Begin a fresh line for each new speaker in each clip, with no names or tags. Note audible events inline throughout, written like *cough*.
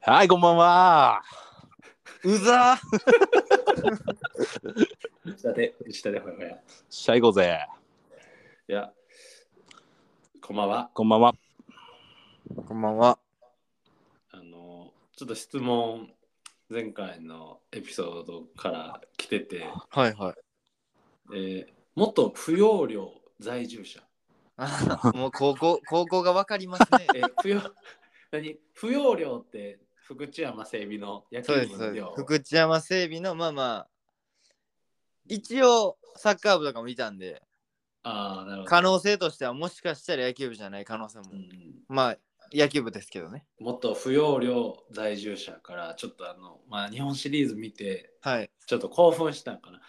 はい、こんばんは。うざ
下で、下でほやほや。い
しゃいこうぜ。
や、こんばんは。
こんばんは。
こんばんは。
あの、ちょっと質問、前回のエピソードから来てて、
はいはい。
えー元扶養寮在住者。
*laughs* あもう高校、高校がわかりますね。
えー、扶養、 *laughs* 何扶養寮って福知山整備の
*laughs*
野
そう
球
です、そ
部
う
の
です
寮。。
福知山整備の、まあまあ、一応サッカー部とかもいたんで、
ああ、なるほど。
可能性としてはもしかしたら野球部じゃない可能性も
う。ん
まあ、野球部ですけどね。
元扶養寮在住者から、ちょっとあの、まあ、日本シリーズ見て、
はい。
ちょっと興奮したんかな。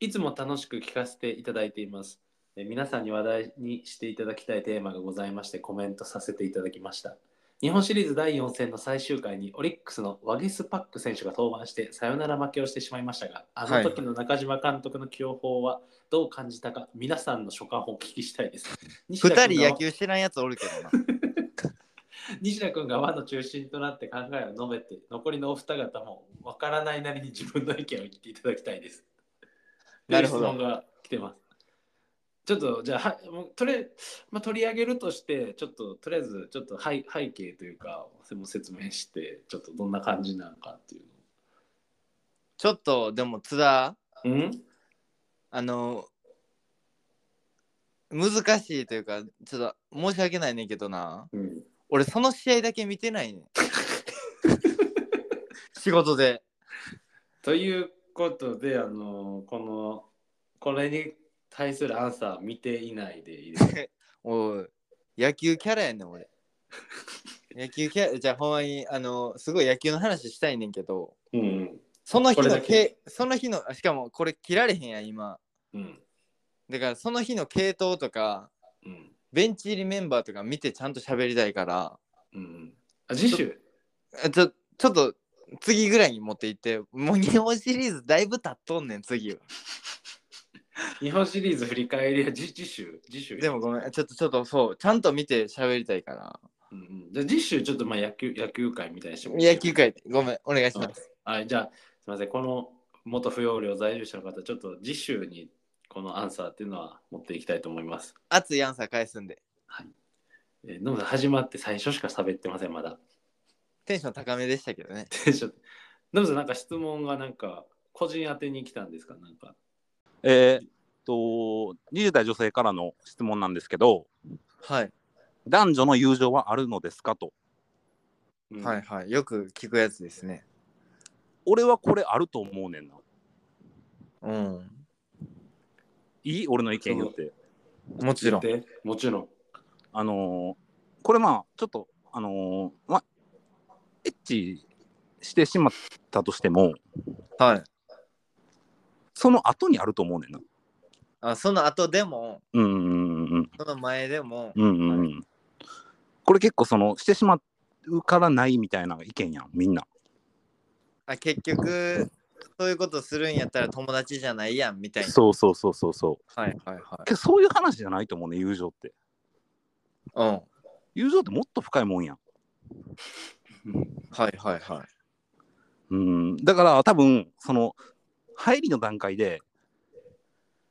いつも楽しく聞かせていただいています。え皆さんに話題にしていただきたいテーマがございましてコメントさせていただきました。日本シリーズ第4戦の最終回にオリックスのワゲスパック選手が登板してサヨナラ負けをしてしまいましたが、あの時の中島監督の起用法はどう感じたか、皆さんの所感をお聞きしたいです。西田
二
君
人
が
野球知らんやつおるけどな。
西田君が輪の中心となって考えを述べて、残りのお二方もわからないなりに自分の意見を言っていただきたいです。
*laughs* なるほど
という質問が来てます。ちょっとじゃあはもうとれ、まあ、取り上げるとして、ちょっととりあえずちょっと背背景というか、それも説明して、ちょっとどんな感じなのかっていう
ちょっと、でも津田、
の。うん
あの、難しいというか、ちょっと申し訳ないねんけどな。
うん。
俺その試合だけ見てないねん
*laughs*
仕事で
ということで、あのこの、これに対するアンサー見ていないでいいですか
おい野球キャラやねん俺野球キャラじゃあほんまにあのすごい野球の話したいねんけど
うん。
その日
これ
の
だけ
けその日のあしかもこれ切られへんやん今
うん。
だからその日の系統とか
うん。
ベンチ入りメンバーとか見てちゃんと喋りたいから
うん。あ、次週
あちょちょっと次ぐらいに持っていってもう日本シリーズだいぶ経っとんねん次は
日本シリーズ振り返りは次次週次週
でもごめんちょっとちょっとそうちゃんと見て喋りたいから
うんうん、じゃあ次週ちょっとまあ野球野球会みたいにしてもいい
野球界ごめんお願いします、
はいじゃあすみませんこの元扶養料在住者の方ちょっと次週にこのアンサーっていうのは持っていきたいと思います、
熱いアンサー返すんで
えー、ノブさん始まって最初しか喋ってませんまだ *laughs*
テンション高めでしたけどね
ちょっとノブさんなんか質問がなんか個人宛てに来たんですかなんか
えーっと、20代女性からの質問なんですけど、
はい、
男女の友情はあるのですかと。
うん
はいはいよく聞くやつですね
俺はこれあると思うねんな。
うん
いい俺の意見言って。
もちろん
でもちろん
あのーこれまあ、ちょっと、あのーまあ、エッチしてしまったとしても、
はい
その後にあると思うねんな。
あその後でも
うんうんうんうん。
その前でも、
うんうんうん。これ結構その、してしまうからないみたいな意見やん、みんな。
あ結局そういうことするんやったら友達じゃないやんみたいな
そうそうそうそうそう。
はいはいは
けどそういう話じゃないと思うね友情って
いうん
友情ってもっと深いもんやん
はいはいはい
うんだから多分その入りの段階で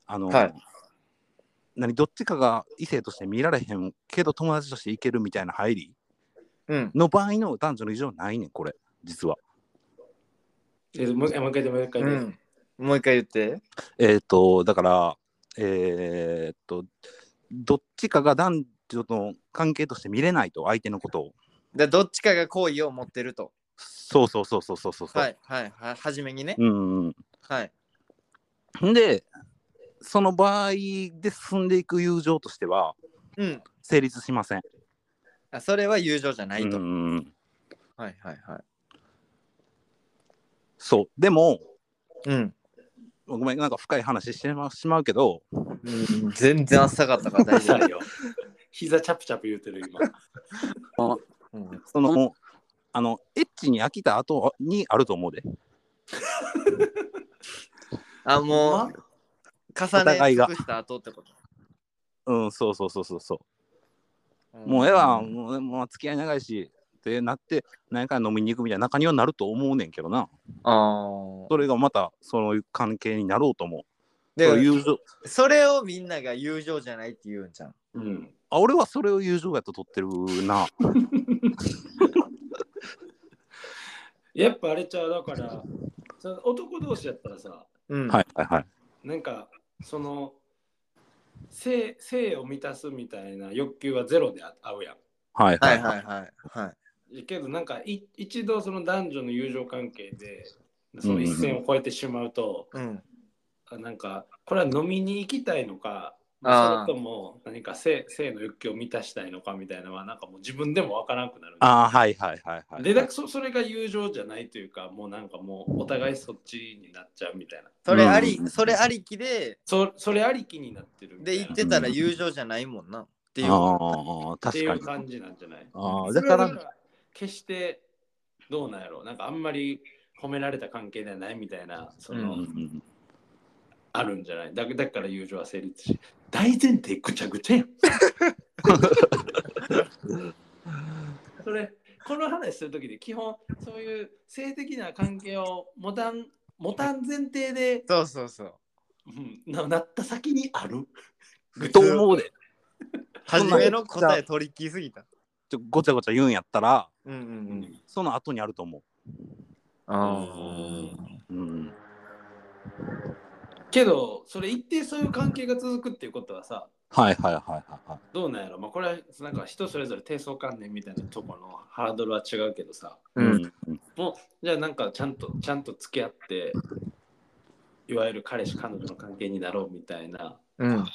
あの、
はい
何どっちかが異性として見られへんけど友達としていけるみたいな入り
うん
の場合の男女の友情はないねんこれ実は
えもう一回もう一回でもう一回
う
で、
んもう一回言って
えっ、とだからえーっとどっちかが男女の関係として見れないと相手のことを
でどっちかが好意を持ってると
そうそうそうそうそうそうそう、
はいはいはい初めにね、
うんうん
はい
でその場合で進んでいく友情としては
うん
成立しません。
あそれは友情じゃないと、
うん
はいはいはい
そうでも
うん
ごめんなんか深い話してましまうけど
うん全然浅かったから大
大
丈
丈夫よ *laughs* 膝チャプチャプ言うてる今
夫。うん
そのあのエッチに飽きた後にあると思うで
あ、もう、重ね尽くした後ってこと。
うんそうそうそうそうそううもうええわ
ん
もうもう付き合い長いしってなって何回飲みに行くみたいな中にはなると思うねんけどな
ああ
それがまたそういう関係になろうともそう
で
友情
それをみんなが友情じゃないって言うんじゃん
うん。
あ俺はそれを友情やと取ってるな
やっぱあれちゃう、だから、その男同士やったらさ、
うん
はいはいはい
なんか、その、性性を満たすみたいな欲求はゼロであ合うやん。
はい
は
はいい
は
はいい
はいはい
けどなんかい一度その男女の友情関係でそ
うんうんうん
の一線を越えてしまうと、
うん
あなんかこれは飲みに行きたいのか
あー
それとも何か性性の欲求を満たしたいのかみたいなのはなんかもう自分でもわからなくなる。
ああはいはいはいはい
でだそそれが友情じゃないというかもうなんかもうお互いそっちになっちゃうみたいな
それあり、
うん
それありきで
そそれありきになってるみた
で
い
言
な
っ
って
たら友情じゃないもんなっていう
ああ確
てい
か
う
に
感じなんじゃない
あー
それは
だから
なん決してどうなんやろうなんかあんまり褒められた関係ではないみたいなその、
うん
うん
あるんじゃないだだから友情は成立し大前提ぐちゃぐち
*laughs*
ゃやんそれこの話するときで基本そういう性的な関係を持たん持たん前提で、
そうそうそう
うんななった先にある
と思うで
初めの答え取りきりすぎた
ちょごちゃごちゃ言うんやったら
うんうんうん
その後にあると思
あ
う、うん、
けどそれ一定そういう関係が続くっていうことはさ
はいはいはいはいはい
どうなんやろまあこれはなんか人それぞれ低層観念みたいなとこのハードルは違うけどさ、
うん
うん
もうじゃあなんかちゃんとちゃんと付き合っていわゆる彼氏彼女の関係になろうみたいな
うん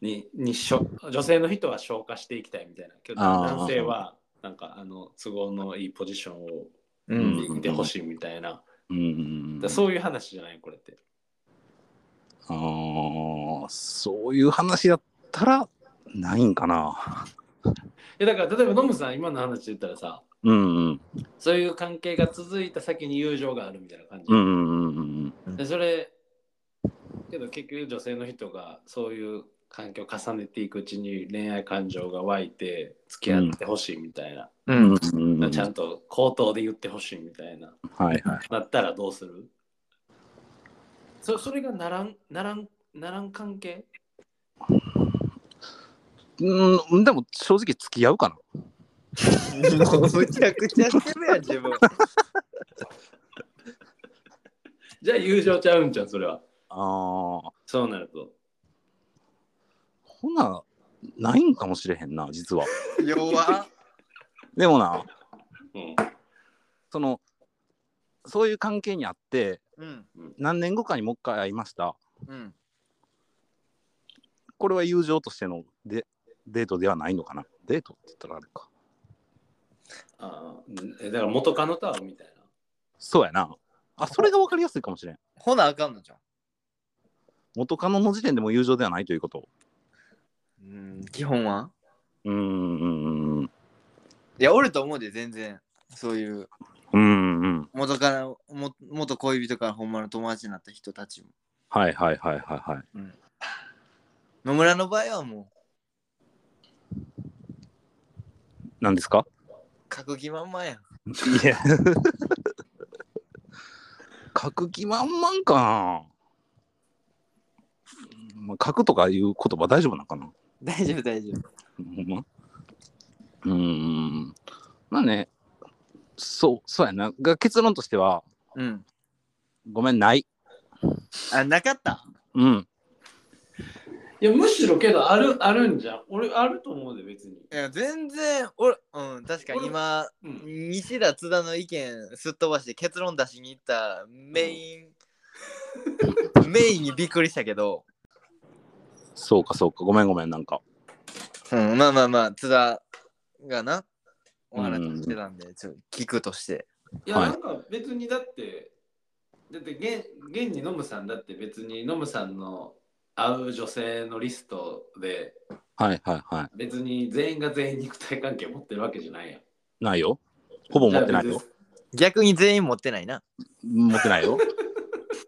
ににしょ女性の人は消化していきたいみたいなけど
あー
男性はなんかあの都合のいいポジションを
う
うん
いてほしいみたいな、
うん
だそういう話じゃないこれって
あーそういう話やったらないんかな。
えだから例えばノムさん今の話で言ったらさ
うんうん
そういう関係が続いた先に友情があるみたいな感じ、
うんうんうんうん
でそれけど結局女性の人がそういう環境を重ねていくうちに恋愛感情が湧いて付き合ってほしいみたいな、
う
う
*laughs*
ん
ん
うんうん。
ちゃんと口頭で言ってほしいみたいな
はいはい。
なったらどうするそそれがならんならんならん関係
うんでも正直付き合うかな。
もうむちゃくちゃしてるやん自分
じゃあ友情ちゃうんじゃんそれは
あー
そうなると
ほなないんかもしれへんな実は。
弱っ
でもな
うん
そのそういう関係にあって
うん
何年後かにもう一回会いました。
うん
これは友情としてのデデートではないのかな。デートって言ったらあれか。
あーえだから元カノとはみたいな
そうやな。あそれが分かりやすいかもしれん。
ほなあかんのじゃん
元カノの時点でもう友情ではないということ。
うん基本は
うーん。
いやおると思うで全然そういう
うんうん。
元からも元恋人からほんまの友達になった人たちも
はいはいはいはいはい。
野村の場合はも
何ですか
う書く気満々やん
いや。書く気満々かな。まあ、書くとかいう言葉大丈夫なんかな。
大丈夫大丈夫
ほんまうーん。まあね、そう、そうやな。が結論としては、
うん
ごめん、ない。
あなかった
うん。
いやむしろけどあるあるんじゃん俺あると思うで別
い
に、
や全然俺うん確かに今
うん、
西田津田の意見すっ飛ばして結論出しに行ったメイン、メインにびっくりしたけど、
そうかそうか。ごめんごめん、なんか。
うん、まあまあまあ津田がなお話ししてたんでちょっと聞くとして
いや、
はい
なんか別にだって、だって現現にノムさんだって別にノムさんの会う女性のリストで
はいはいは
別に全員が全員肉体関係持ってるわけじゃないやん。
い。ないよ。ほぼ持ってない
じゃあ
よ。
別に
逆に全員持ってないな
持って *laughs* ないよ。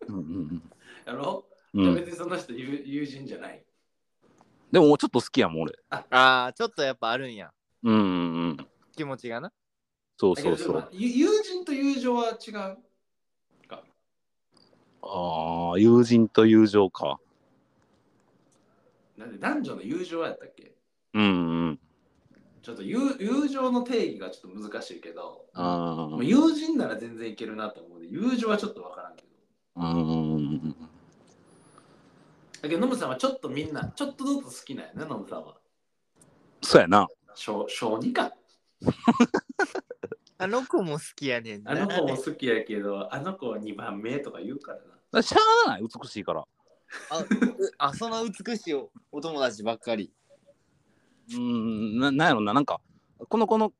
うんうん
やろ、
う
いや
ん。うん、
別にその人友友人じゃない。
でも、ちょっと好きやもん、俺。
あーちょっとやっぱあるんや
うんうんうん。
気持ちがな
そう
だ
そ
け
う
ど
そ
でも
う。
ゆ友人と友情は違う。
ああ、友人と友情か。
なんで男女の友情やったっけ
うんうん。
ちょっと友友情の定義がちょっと難しいけど、
あ
まあ友人なら全然いけるなと思うので、友情はちょっとわからんけど。
あ、うん。
だけど、ノムさんはちょっとみんな、ちょっとずつ好きなんやね、ノムさんは。
そうやな。
小小2か。
あの子も好きやねんな。
あの子も好きやけ
*laughs*
ど、あの子は2番目とか言うからな。
しゃあない、美しいから。
あうあ、その美しいおお友達ばっかり。
うん、ななんやろな、なんか、この子の、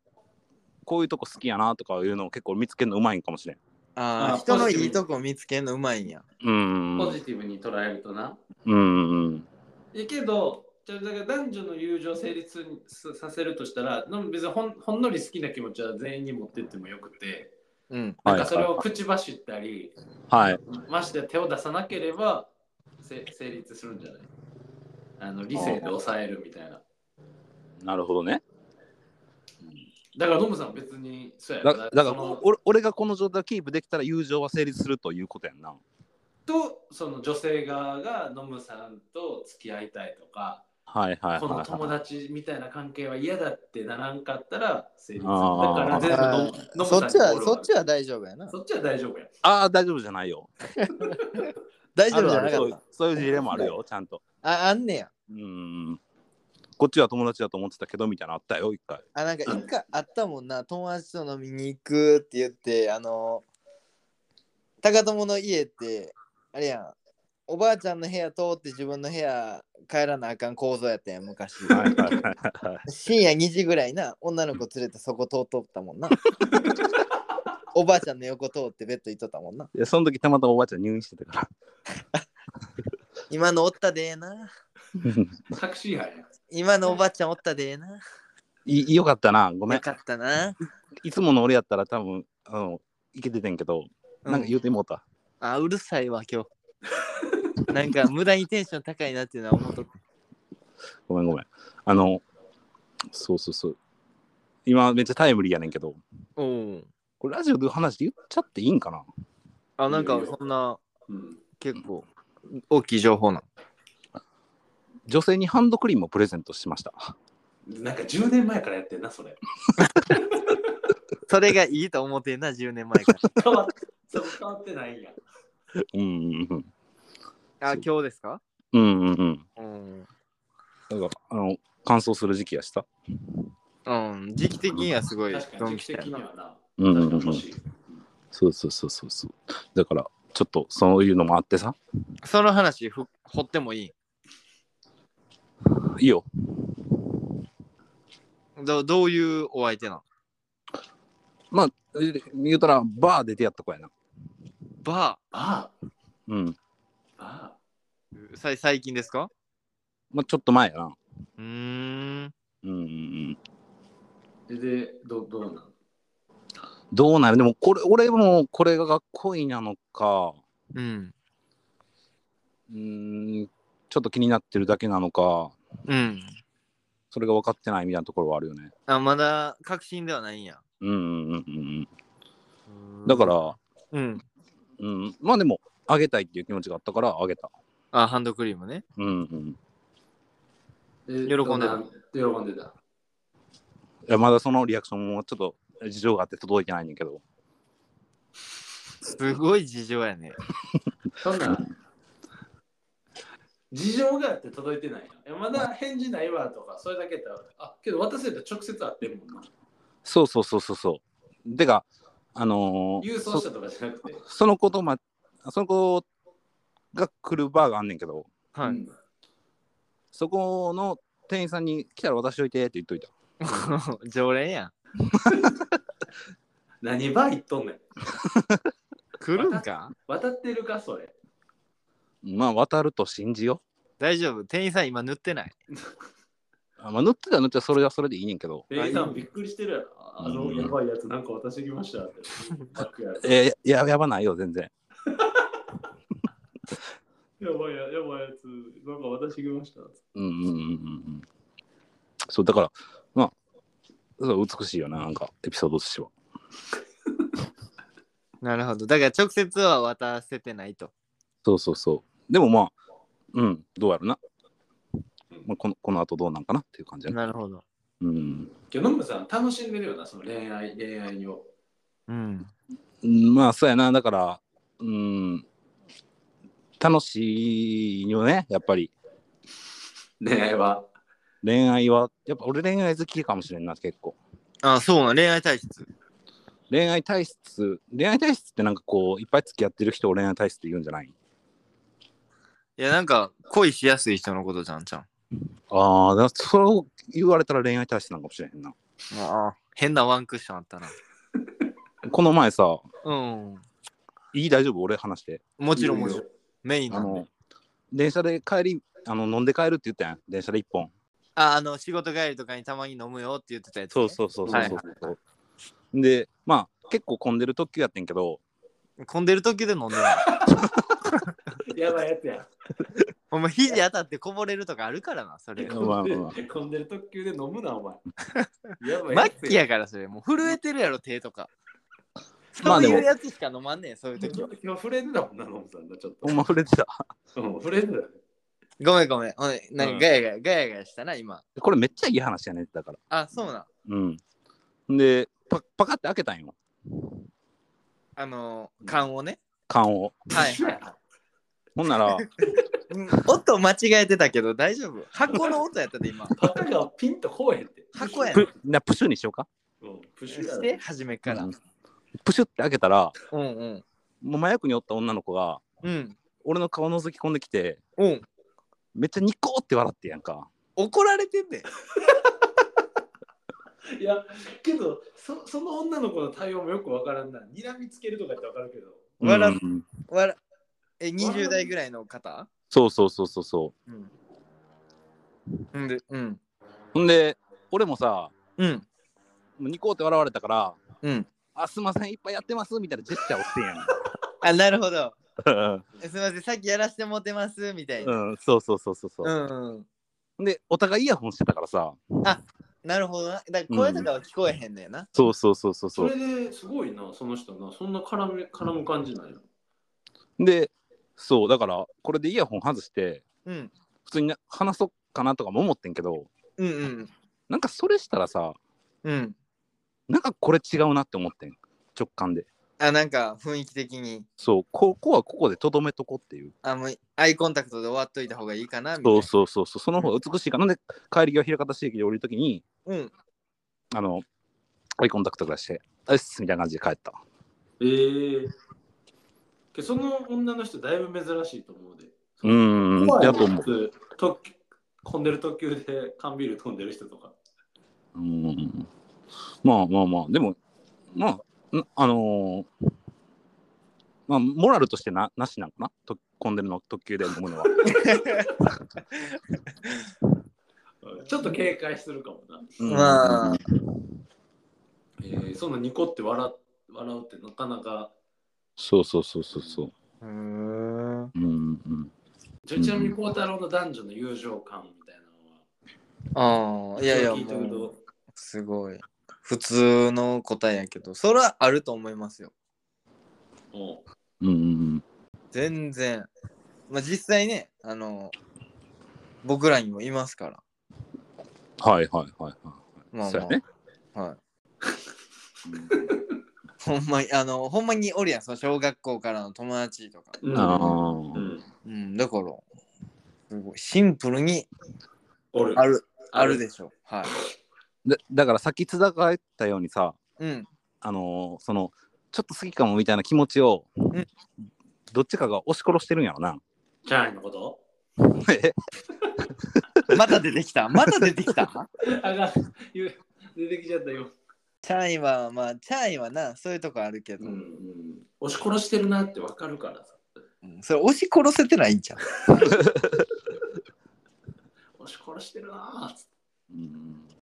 こういうとこ好きやなとかいうのを結構見つけるのうまいんかもしれん。
あ
あ
あ、人の
ポジティブ
いいとこ見つけんのうまいんや。
うん。
ポジティブに捉えるとな。
うんうん。
えけど、じゃあだから男女の友情を成立ささせるとしたら、の別にほんほんのり好きな気持ちは全員に持ってってもよくて、
うん。
なんかそれを口走ったり、
はい。
ましてや手を出さなければせ成立するんじゃないあの理性で抑えるみたいな。
なるほどね。
だからノムさんは別にそうや
だ
な
だから
その
お俺がこの状態をキープできたら友情は成立するということやんな。
とその女性側がノムさんと付き合いたいとか、
はいはいはい、
この友
はい。
達みたいな関係は嫌だってならんかったら成立する。だ
あ
か
ー
ら全部ノムノムさん
そっちは、
に
そっちは大丈夫やな。
そっちは大丈夫や。
ああ、大丈夫じゃないよ。
大丈夫じゃな
あ
かっ
るあ
た
る。そういう事例もあるよ、ちゃんと。
あ、あんねや。
うん。こっちは友達だと思ってたけどみたいなのあったよ、一回。
あ、なんか一回あったもんな。友達と飲みに行くって言って、あの、高友の家って、あれやん。おばあちゃんの部屋通って自分の部屋帰らなあかん構造やったや
*laughs*
ん、昔。
はいはい
*laughs*
はいはい。
深夜2時ぐらいな女の子連れてそこ通っとった
*laughs*
もんなおばあちゃんの横通ってベッド行っとったもんない
やその時たまたまおばあちゃん入院してたから。
今のおったでええな
*laughs* タクシー班や。
今のおばあちゃんおったでええない
よかったな、ごめ
よ
ん。
かったな、
いつもの俺やったら多分、あの、いけててんけど、
うん
なんか言うてもうた。
あうるさいわ今日なんか無駄にテンション高いなっていうのは思っとった
ごめんごめん。あの、そうそうそう。今めっちゃタイムリーやねんけど、
うん
これラジオで話で言っちゃっていいんかな
あ
なんかそ
んな
うん。
結構大きい情報な
女性にハンドクリームをプレゼントしました。
なんか10年前からやってんな、それ。
それがいいと思ってんな10年前か
変わっ *laughs* そこ変わってないんや。
うんうんうん。
らあ今日ですか
うんうんうん。
うん、
だから、あの、乾燥する時期やした。
うん、時期的にはすごい
確か
ド
に
ンピ
時期
シャ
的
や
に
な
はな。
うんうんうん
確かに欲しい。
そうそうそうそうそう。だから、ちょっとそういうのもあってさ。
その話ふ掘ってもいい
いいよ。
どどういうお相手なの
まあ、え言うたら、バーで出会った子やな。
バ
あ
うん。
あ、あ
ーさい最近ですか
まあ、ちょっと前やな。
うーん
うんうんうん。
あ。で、どどうなの
どうなるでも、これ、俺もこれが恋なのか、
うん
うーん、ちょっと気になってるだけなのか、
うん
それが分かってないみたいなところはあるよね。
あまだ確信ではないんや
うんうんうんうんうん。だから、
うん
うん、まあでも、あげたいっていう気持ちがあったから、あげた。
あハンドクリームね
うんうん。
喜
え
んでた
どな喜んでた。
いや、まだそのリアクションもちょっと事情があって届いてないねんだけど。
すごい事情やね
そんな、事情があって届いてないやえまだ返事ないわとか、それだけだ。あ、けど渡せたら直接会ってるもんな。
そうそうそうそうそう。てか、あのー
郵送したとかじゃなくて。
そその子とま、その子が来るバーがあんねんけど、
は
う
い
ん
そこの店員さんに来たら渡しといてって言っといた。
常連やん
何バー行っとんねん。
来るんか
渡ってるか、それ。
まあ、渡ると信じよ
大丈夫店員さん今塗ってない
う。あまあ、塗ってたら塗ってたらそれはそれでいいねんけど。
店員さんびっくりしてるやろ。あの、
うん
やばいやつなんか渡してきましたって。バックやろ
えー、ややばないよ、全然。
やばいや、やばいやつ、なんか渡してきました。
うんうんうんうんうん。そう、だから、まあ、そう美しいよな、なんか、エピソードとしては。
なるほど。だから直接は渡せてないと。
そうそうそう。でもまあ、うん、どうやるな。まあ、このこの後どうなんかなっていう感じだね。
なるほど。
うん。
けどノムさん楽しんでるよなその恋愛恋愛を
うん。
うんまあ、そうやな。だから、うん、楽しいよね、やっぱり。
恋愛は
恋愛は、やっぱ俺恋愛好きかもしれんな、結構。
あ、そうなん、恋愛体質。
恋愛体質、恋愛体質ってなんかこう、いっぱい付き合ってる人を恋愛体質って言うんじゃない
いや、なんか、恋しやすい人のことじゃん、ちゃん。
ああ、だからそう言われたら恋愛体質なんかもしれへんな。
ああ。変なワンクッションあったな。
この前さ、
うん。
いい大丈夫俺話して。
もちろん、
いい
も
よ
ちろん。メイン
あ
なんで
の、電車で帰り、あの飲んで帰るって言ったやん。電車で一本。
あ、あの、仕事帰りとかにたまに飲むよって言ってたやつ
そ
ね、
うそうそうそうそう
はい
そう。で、まあ、結構混んでる特急やってんけど、
混んでる時で飲んでる。 *laughs*
やばいやつや
お前、肘当たってこぼれるとかあるからな、それ。
まあまあまあ
混んでる特急で飲むな
*laughs*
お前やばい
末
つ
期やから、それ。もう震えてるやろ、手と *laughs* か。
ま
そ
あ
う
でも
いうやつしか飲まんねん、そういう時は。
今触れてたもんなノムさんだちょっと
ほんま触れてた。
うん触れてた
ごめんごめん。ほんでなん
うん
かガヤガヤ、ガヤガヤしたな、今。
これめっちゃいい話やねだから。
あ、そうなん。
うん。で、パパカって開けたんよ。
あのー、缶をね。
缶を。
はい
嘘や
ほんな *laughs* ら、
うん音間違えてたけど大丈夫。箱の音やったで今。
パカがピンとこうへんって
箱やね
プなプシュにしようか。
うんプシュ
し
や
て、初めから。
う
うんん
プシュって開けたら、
うん。
もう麻薬におった女の子が、
うん。
俺の顔覗き込んできて、
うん。
めっちゃニコって笑ってやんか。
怒られてんねん。
いやけどそその女の子の対応もよくわからんな睨みつけるとかやってわかるけど
笑っ
うん
わらえ、20代ぐらいの方
そうそうそうそうそ
うん。うんで、うん。
う。ほんで、俺もさ、
うん。
もうニコって笑われたから、
うん。
あ、すいません、いっぱいやってますみたいなジェスチャーをしてんや
あ、なるほど。 *laughs*
ん。
えすみません、さっきやらせてもってます、みたいな。
うん、そうそうそうそうそうう。
ん。うん
で、お互いイヤホンしてたからさ、
なるほどな。だから声とかは聞こえへんのやな。
そうそうそうそう
そ
そ
れですごいなその人なそんな絡む絡む感じないの
う。で、そう、だから、これでイヤホン外して、
うん。
普通にな話そうかなとかも思ってんけど、
うんうん。
なんかそれしたらさ、
うん。
なんかこれ違うなって思ってん、直感で。
あ、なんか雰囲気的に、
そう、ここはここでとどめとこっていう。
あ、もうアイコンタクトで終わっといた方がいいかな、みた
そ
いな。
うそうそうそう、その方が美しいかな。で、帰り際、枚方市駅で降りるときに、
うん。
あの、アイコンタクトからして、あっすみたいな感じで帰った。
ええけその女の人だいぶ珍しいと思うで
うーん、やと思う。
う特急飛んでる特急で缶ビール飛んでる人とか
うんまあまあまあ、でも、まあ、んあのーまあ、モラルとしてななしなんかな、と混んでるの特急で飲むのは。
ちょっと警戒するかもな、
うん
*laughs* まあ、
えー、そんなニコって笑笑うってなかなか
そうそうそうそうそう。
うーん。
うんうん、
ちょちなみに孝太郎の男女の友情感みたいなのは
ああ、いやいや、
聞いてる
もう
と
すごい。普通の答えやけど、それはあると思いますよ。
も
うんうん
全然。まあ、実際ね、あの、僕らにもいますから。
うん。はいはいはいはい。
まあ
そう
ま
や
あ、
ね。
はい。
うん
ほんまに、あの、ほんまにおるやん、その小学校からの友達とか。
う、うん、
あ
う
ー
ん、
うん、だから、すごいシンプルに
おる
ある、
あ
あ
る
るでしょ。はい。
だだからさっき津田が言ったようにさ、
うん、
あのーそのちょっと好きかもみたいな気持ちを、
ん
どっちかが押し殺してるんやろな。 *laughs*
チャーリーのこと
また出てきた。また出てき
*laughs*
た。
あがゆ出てきちゃったよ、
チャイは、まあ、チャイはな、そういうとこあるけど、
うんうん、押し殺してるなってわかるからさ
うんそれ押し殺せてないんじゃん。
押し殺してるなーっつって、
うん
う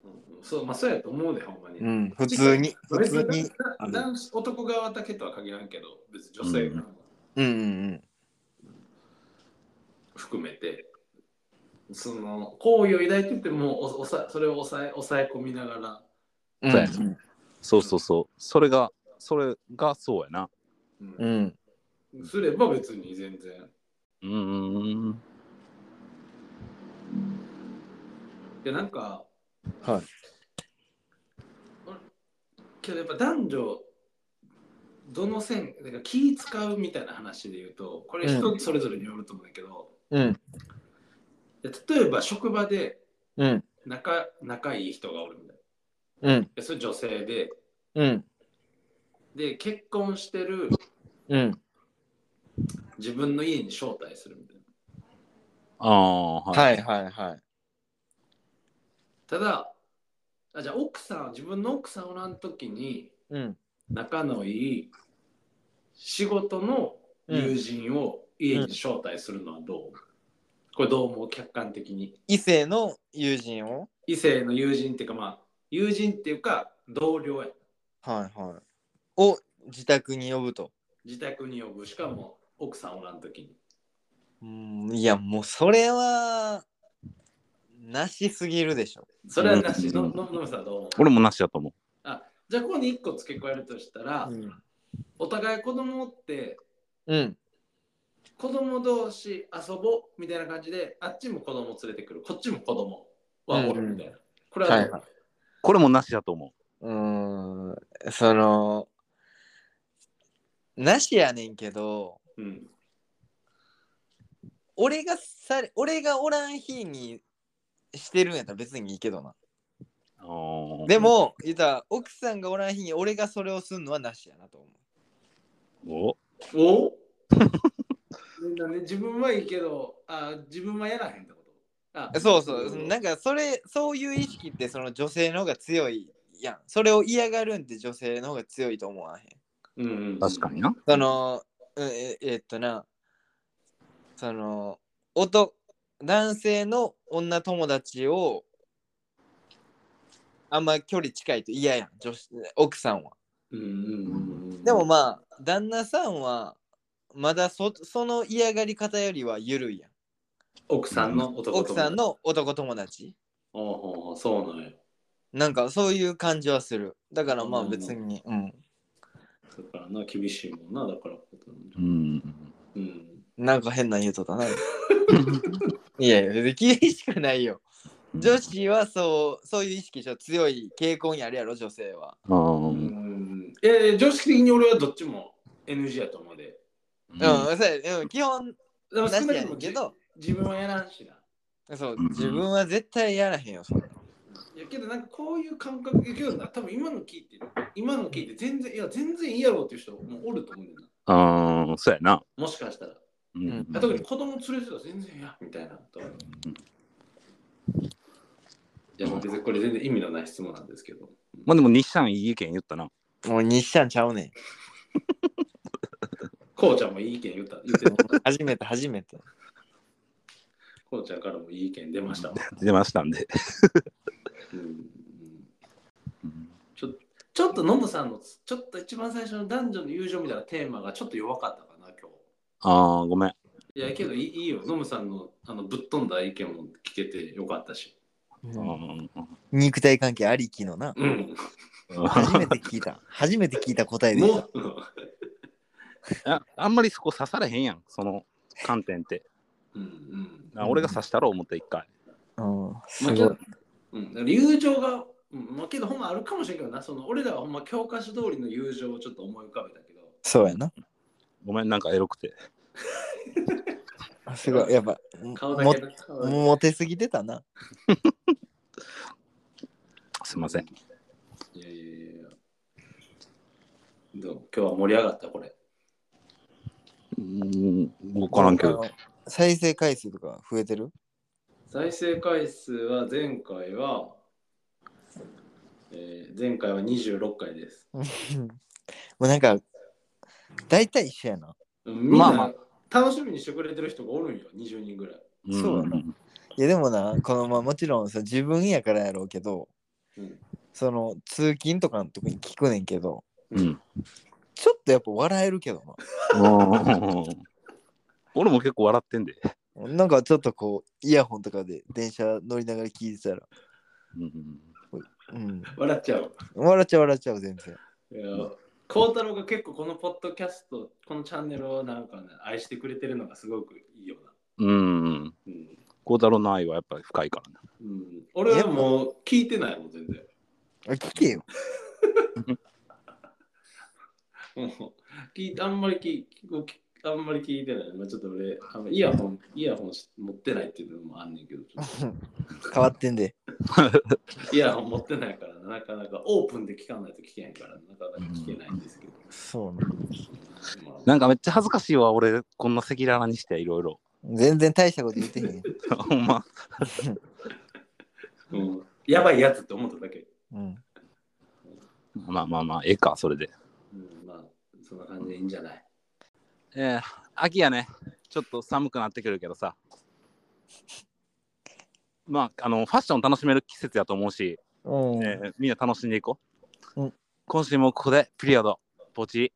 んうん、そうまあそうやと思うでほんまに、
うん、普通に、普通に。ある
男子男側だけとは限らんけど別に女性側も
うんうん
含めて、その好意を抱いててもおおさそれを抑え抑え込みながら
うん。
そうやそうそうそう。それが、それがそうやな。
う
うん。
ん、すれば別に全然。
うーん。
いやなんか、
はい。
けどやっぱ男女どの線なんか気使うみたいな話で言うとこれ人それぞれによると思うんだけど、
うん。
いや例えば職場で
うん。
仲仲いい人がおるみたいない
うん。
やそれ女性で
うん。
で結婚してる
うん。
自分の家に招待するみたいな
ああ、はい。
はいはいはい。
ただあじゃあ奥さん自分の奥さんおらん時に
うん。
仲のいい仕事の友人を家に招待するのはどう、これどう思う客観的に
異性の友人を
異性の友人っていうかまあ友人っていうか同僚や
はいはい。を自宅に呼ぶと。
自宅に呼ぶしかも奥さんおらん時に
うん。いや、もうそれは、なしすぎるでしょ。
それはなし
うん
のののむさんどう思う
俺もなしだと思う。
じゃあここに1個付け加えるとしたら、
うん。
お互い子供って
うん。
子供同士遊ぼうみたいな感じであっちも子供連れてくるこっちも子供はおるみたいな、これはどう思う、
は
これもなしだと思
うーん。その、なしやねんけど、
うん
俺がされ、俺がおらん日にしてるんやったら別にいいけどな。
うあー。
でも、言うたら、奥さんがおらん日に俺がそれをするのはなしやなと思う。
お、
おみんなね自分はいいけどあ自分はやらへんってことあ
そうそう、
ん
なんかそれ、そういう意識ってその女性の方が強いやん。それを嫌がるんって女性の方が強いと思わへん。
うんうん、
確かにな。
その、うんええっとな、その、男、男性の女友達を、あんま距離近いと嫌やん、女子奥さんは。
うんうんうんうん
でもまあ、旦那さんは、まだそその嫌がり方よりは緩いやん。
奥さんの男
奥さんの男友達。
おうおうそうなんや
なんかそういう感じはする。だからま
う
あ
ん
別に。うん。
だからな厳しいもんなだから
うん。
うん
なんか変な言うとったな。いやいや、別に厳しくないよ。女子はそう、そういう意識でしょ強い傾向にあるやろ、女性は。
あ
う
ー
んいやいや常識的に俺はどっちも NG やと思うで
うん
うん、そうやうん基本、
でも
な
少
し
な
やね
くと
ん
も
けど、
じ自分はやらんしな
そう
うん、
自分は絶対やらへんよ、そんな。
いやけどなんかこういう感覚いやけどな多分今の聞いて今の聞いて全然いや全然いいやろうっていう人もおると思うんだよな
あー、そうやな。
もしかしたら
う
うん
ん。
あ特に子供連れてたら全然いやみたいなといやもう別にこれ全然意味のない質問なんですけど
まあでも、西さんいい意見言ったな。
もう西ちゃんちゃう *laughs* ねん。
こうちゃんもいい意見言った言ってた
初めて、初めて。
こうちゃんからもいい意見出ましたわ、
出ましたんで。
うんちょっとノムさんのちょっと一番最初の男女の友情みたいなテーマがちょっと弱かったかな今
ああ、ごめん。
日いやけどいいいいよノムさんのあのぶっ飛んだ意見も聞けてよかったし
うん
肉体関係ありきのな。
うん
*laughs* 初めて聞いた。初めて聞いた答えで
も
した。
ううん
ああんまりそこ刺されへんやん、その観点って。
うんうん
あ俺が刺したろう思って一回。
うん、すご
まあ
い
け。どうん、だから友情が、うんまあ、けどほんまあるかもしれんけどなその俺らはほんま教科書通りの友情をちょっと思い浮かべたけど
そうやな。
ごめん、なんかエロくて。
あすごい、やっぱ、
顔だけの顔だけ
モテすぎてたな。
すいません。
いやいやいやいやどう今日は盛り上がったこれ
うん、わからんけど。
あの再生回数とか増えてる *laughs*
再生回数は前回は、えー前回は26回です。
もうなんか、大体一緒やな。
みんな
まあま
楽しみにしてくれてる人がおるんよ、20人ぐらい。
ん
そうやないいやでもな、このまあもちろんさ自分やからやろうけど、
うん
その通勤とかの時に聞くねんけど、
うん。
ちょっとやっぱ笑えるけど
うん *laughs* 俺も結構笑ってんで。
な。 *laughs* なんかちょっとこう、イヤホンとかで電車乗りながら聞いてたら、
うん
うん、
笑っちゃう。
笑っちゃう笑っちゃう全然。
いや孝太郎が結構このポッドキャスト、このチャンネルをなんかね、愛してくれてるのがすごくいいよな。
うん。
うん。
孝太郎の愛はやっぱり深いからね。
うん、俺はもう聞いてないもん、全然。
あ聞けよ。 *laughs*
もう *laughs* 聞いてあんまり聞聞あんまり聞いてない。まあ、ちょっと俺、あのイヤホン、イヤホンし持ってないっていうのもあんねんけど、ちょっ
変わってんで。
とイヤホン持ってないから、なかなかオープンで聞かないと聞けへんから、なかなか聞けないんですけど。
そう
まあ
*laughs* なんかめっちゃ恥ずかしいわ、俺、こんな赤裸々にしていろい *laughs* ろ。
全然大したこと言ってへんやん。
ほんま。
うん、やばいやつって思っただけ。
うん。
まあまあまあ、ええか、それで。
うん、まあ、そんな感じでいいんじゃない。
ええ秋やね、ちょっと寒くなってくるけどさ。まあ、あの、ファッション楽しめる季節やと思うし、
うん。
えーみんな楽しんでいこう。
うん
今週もここでピリオド、ポチ。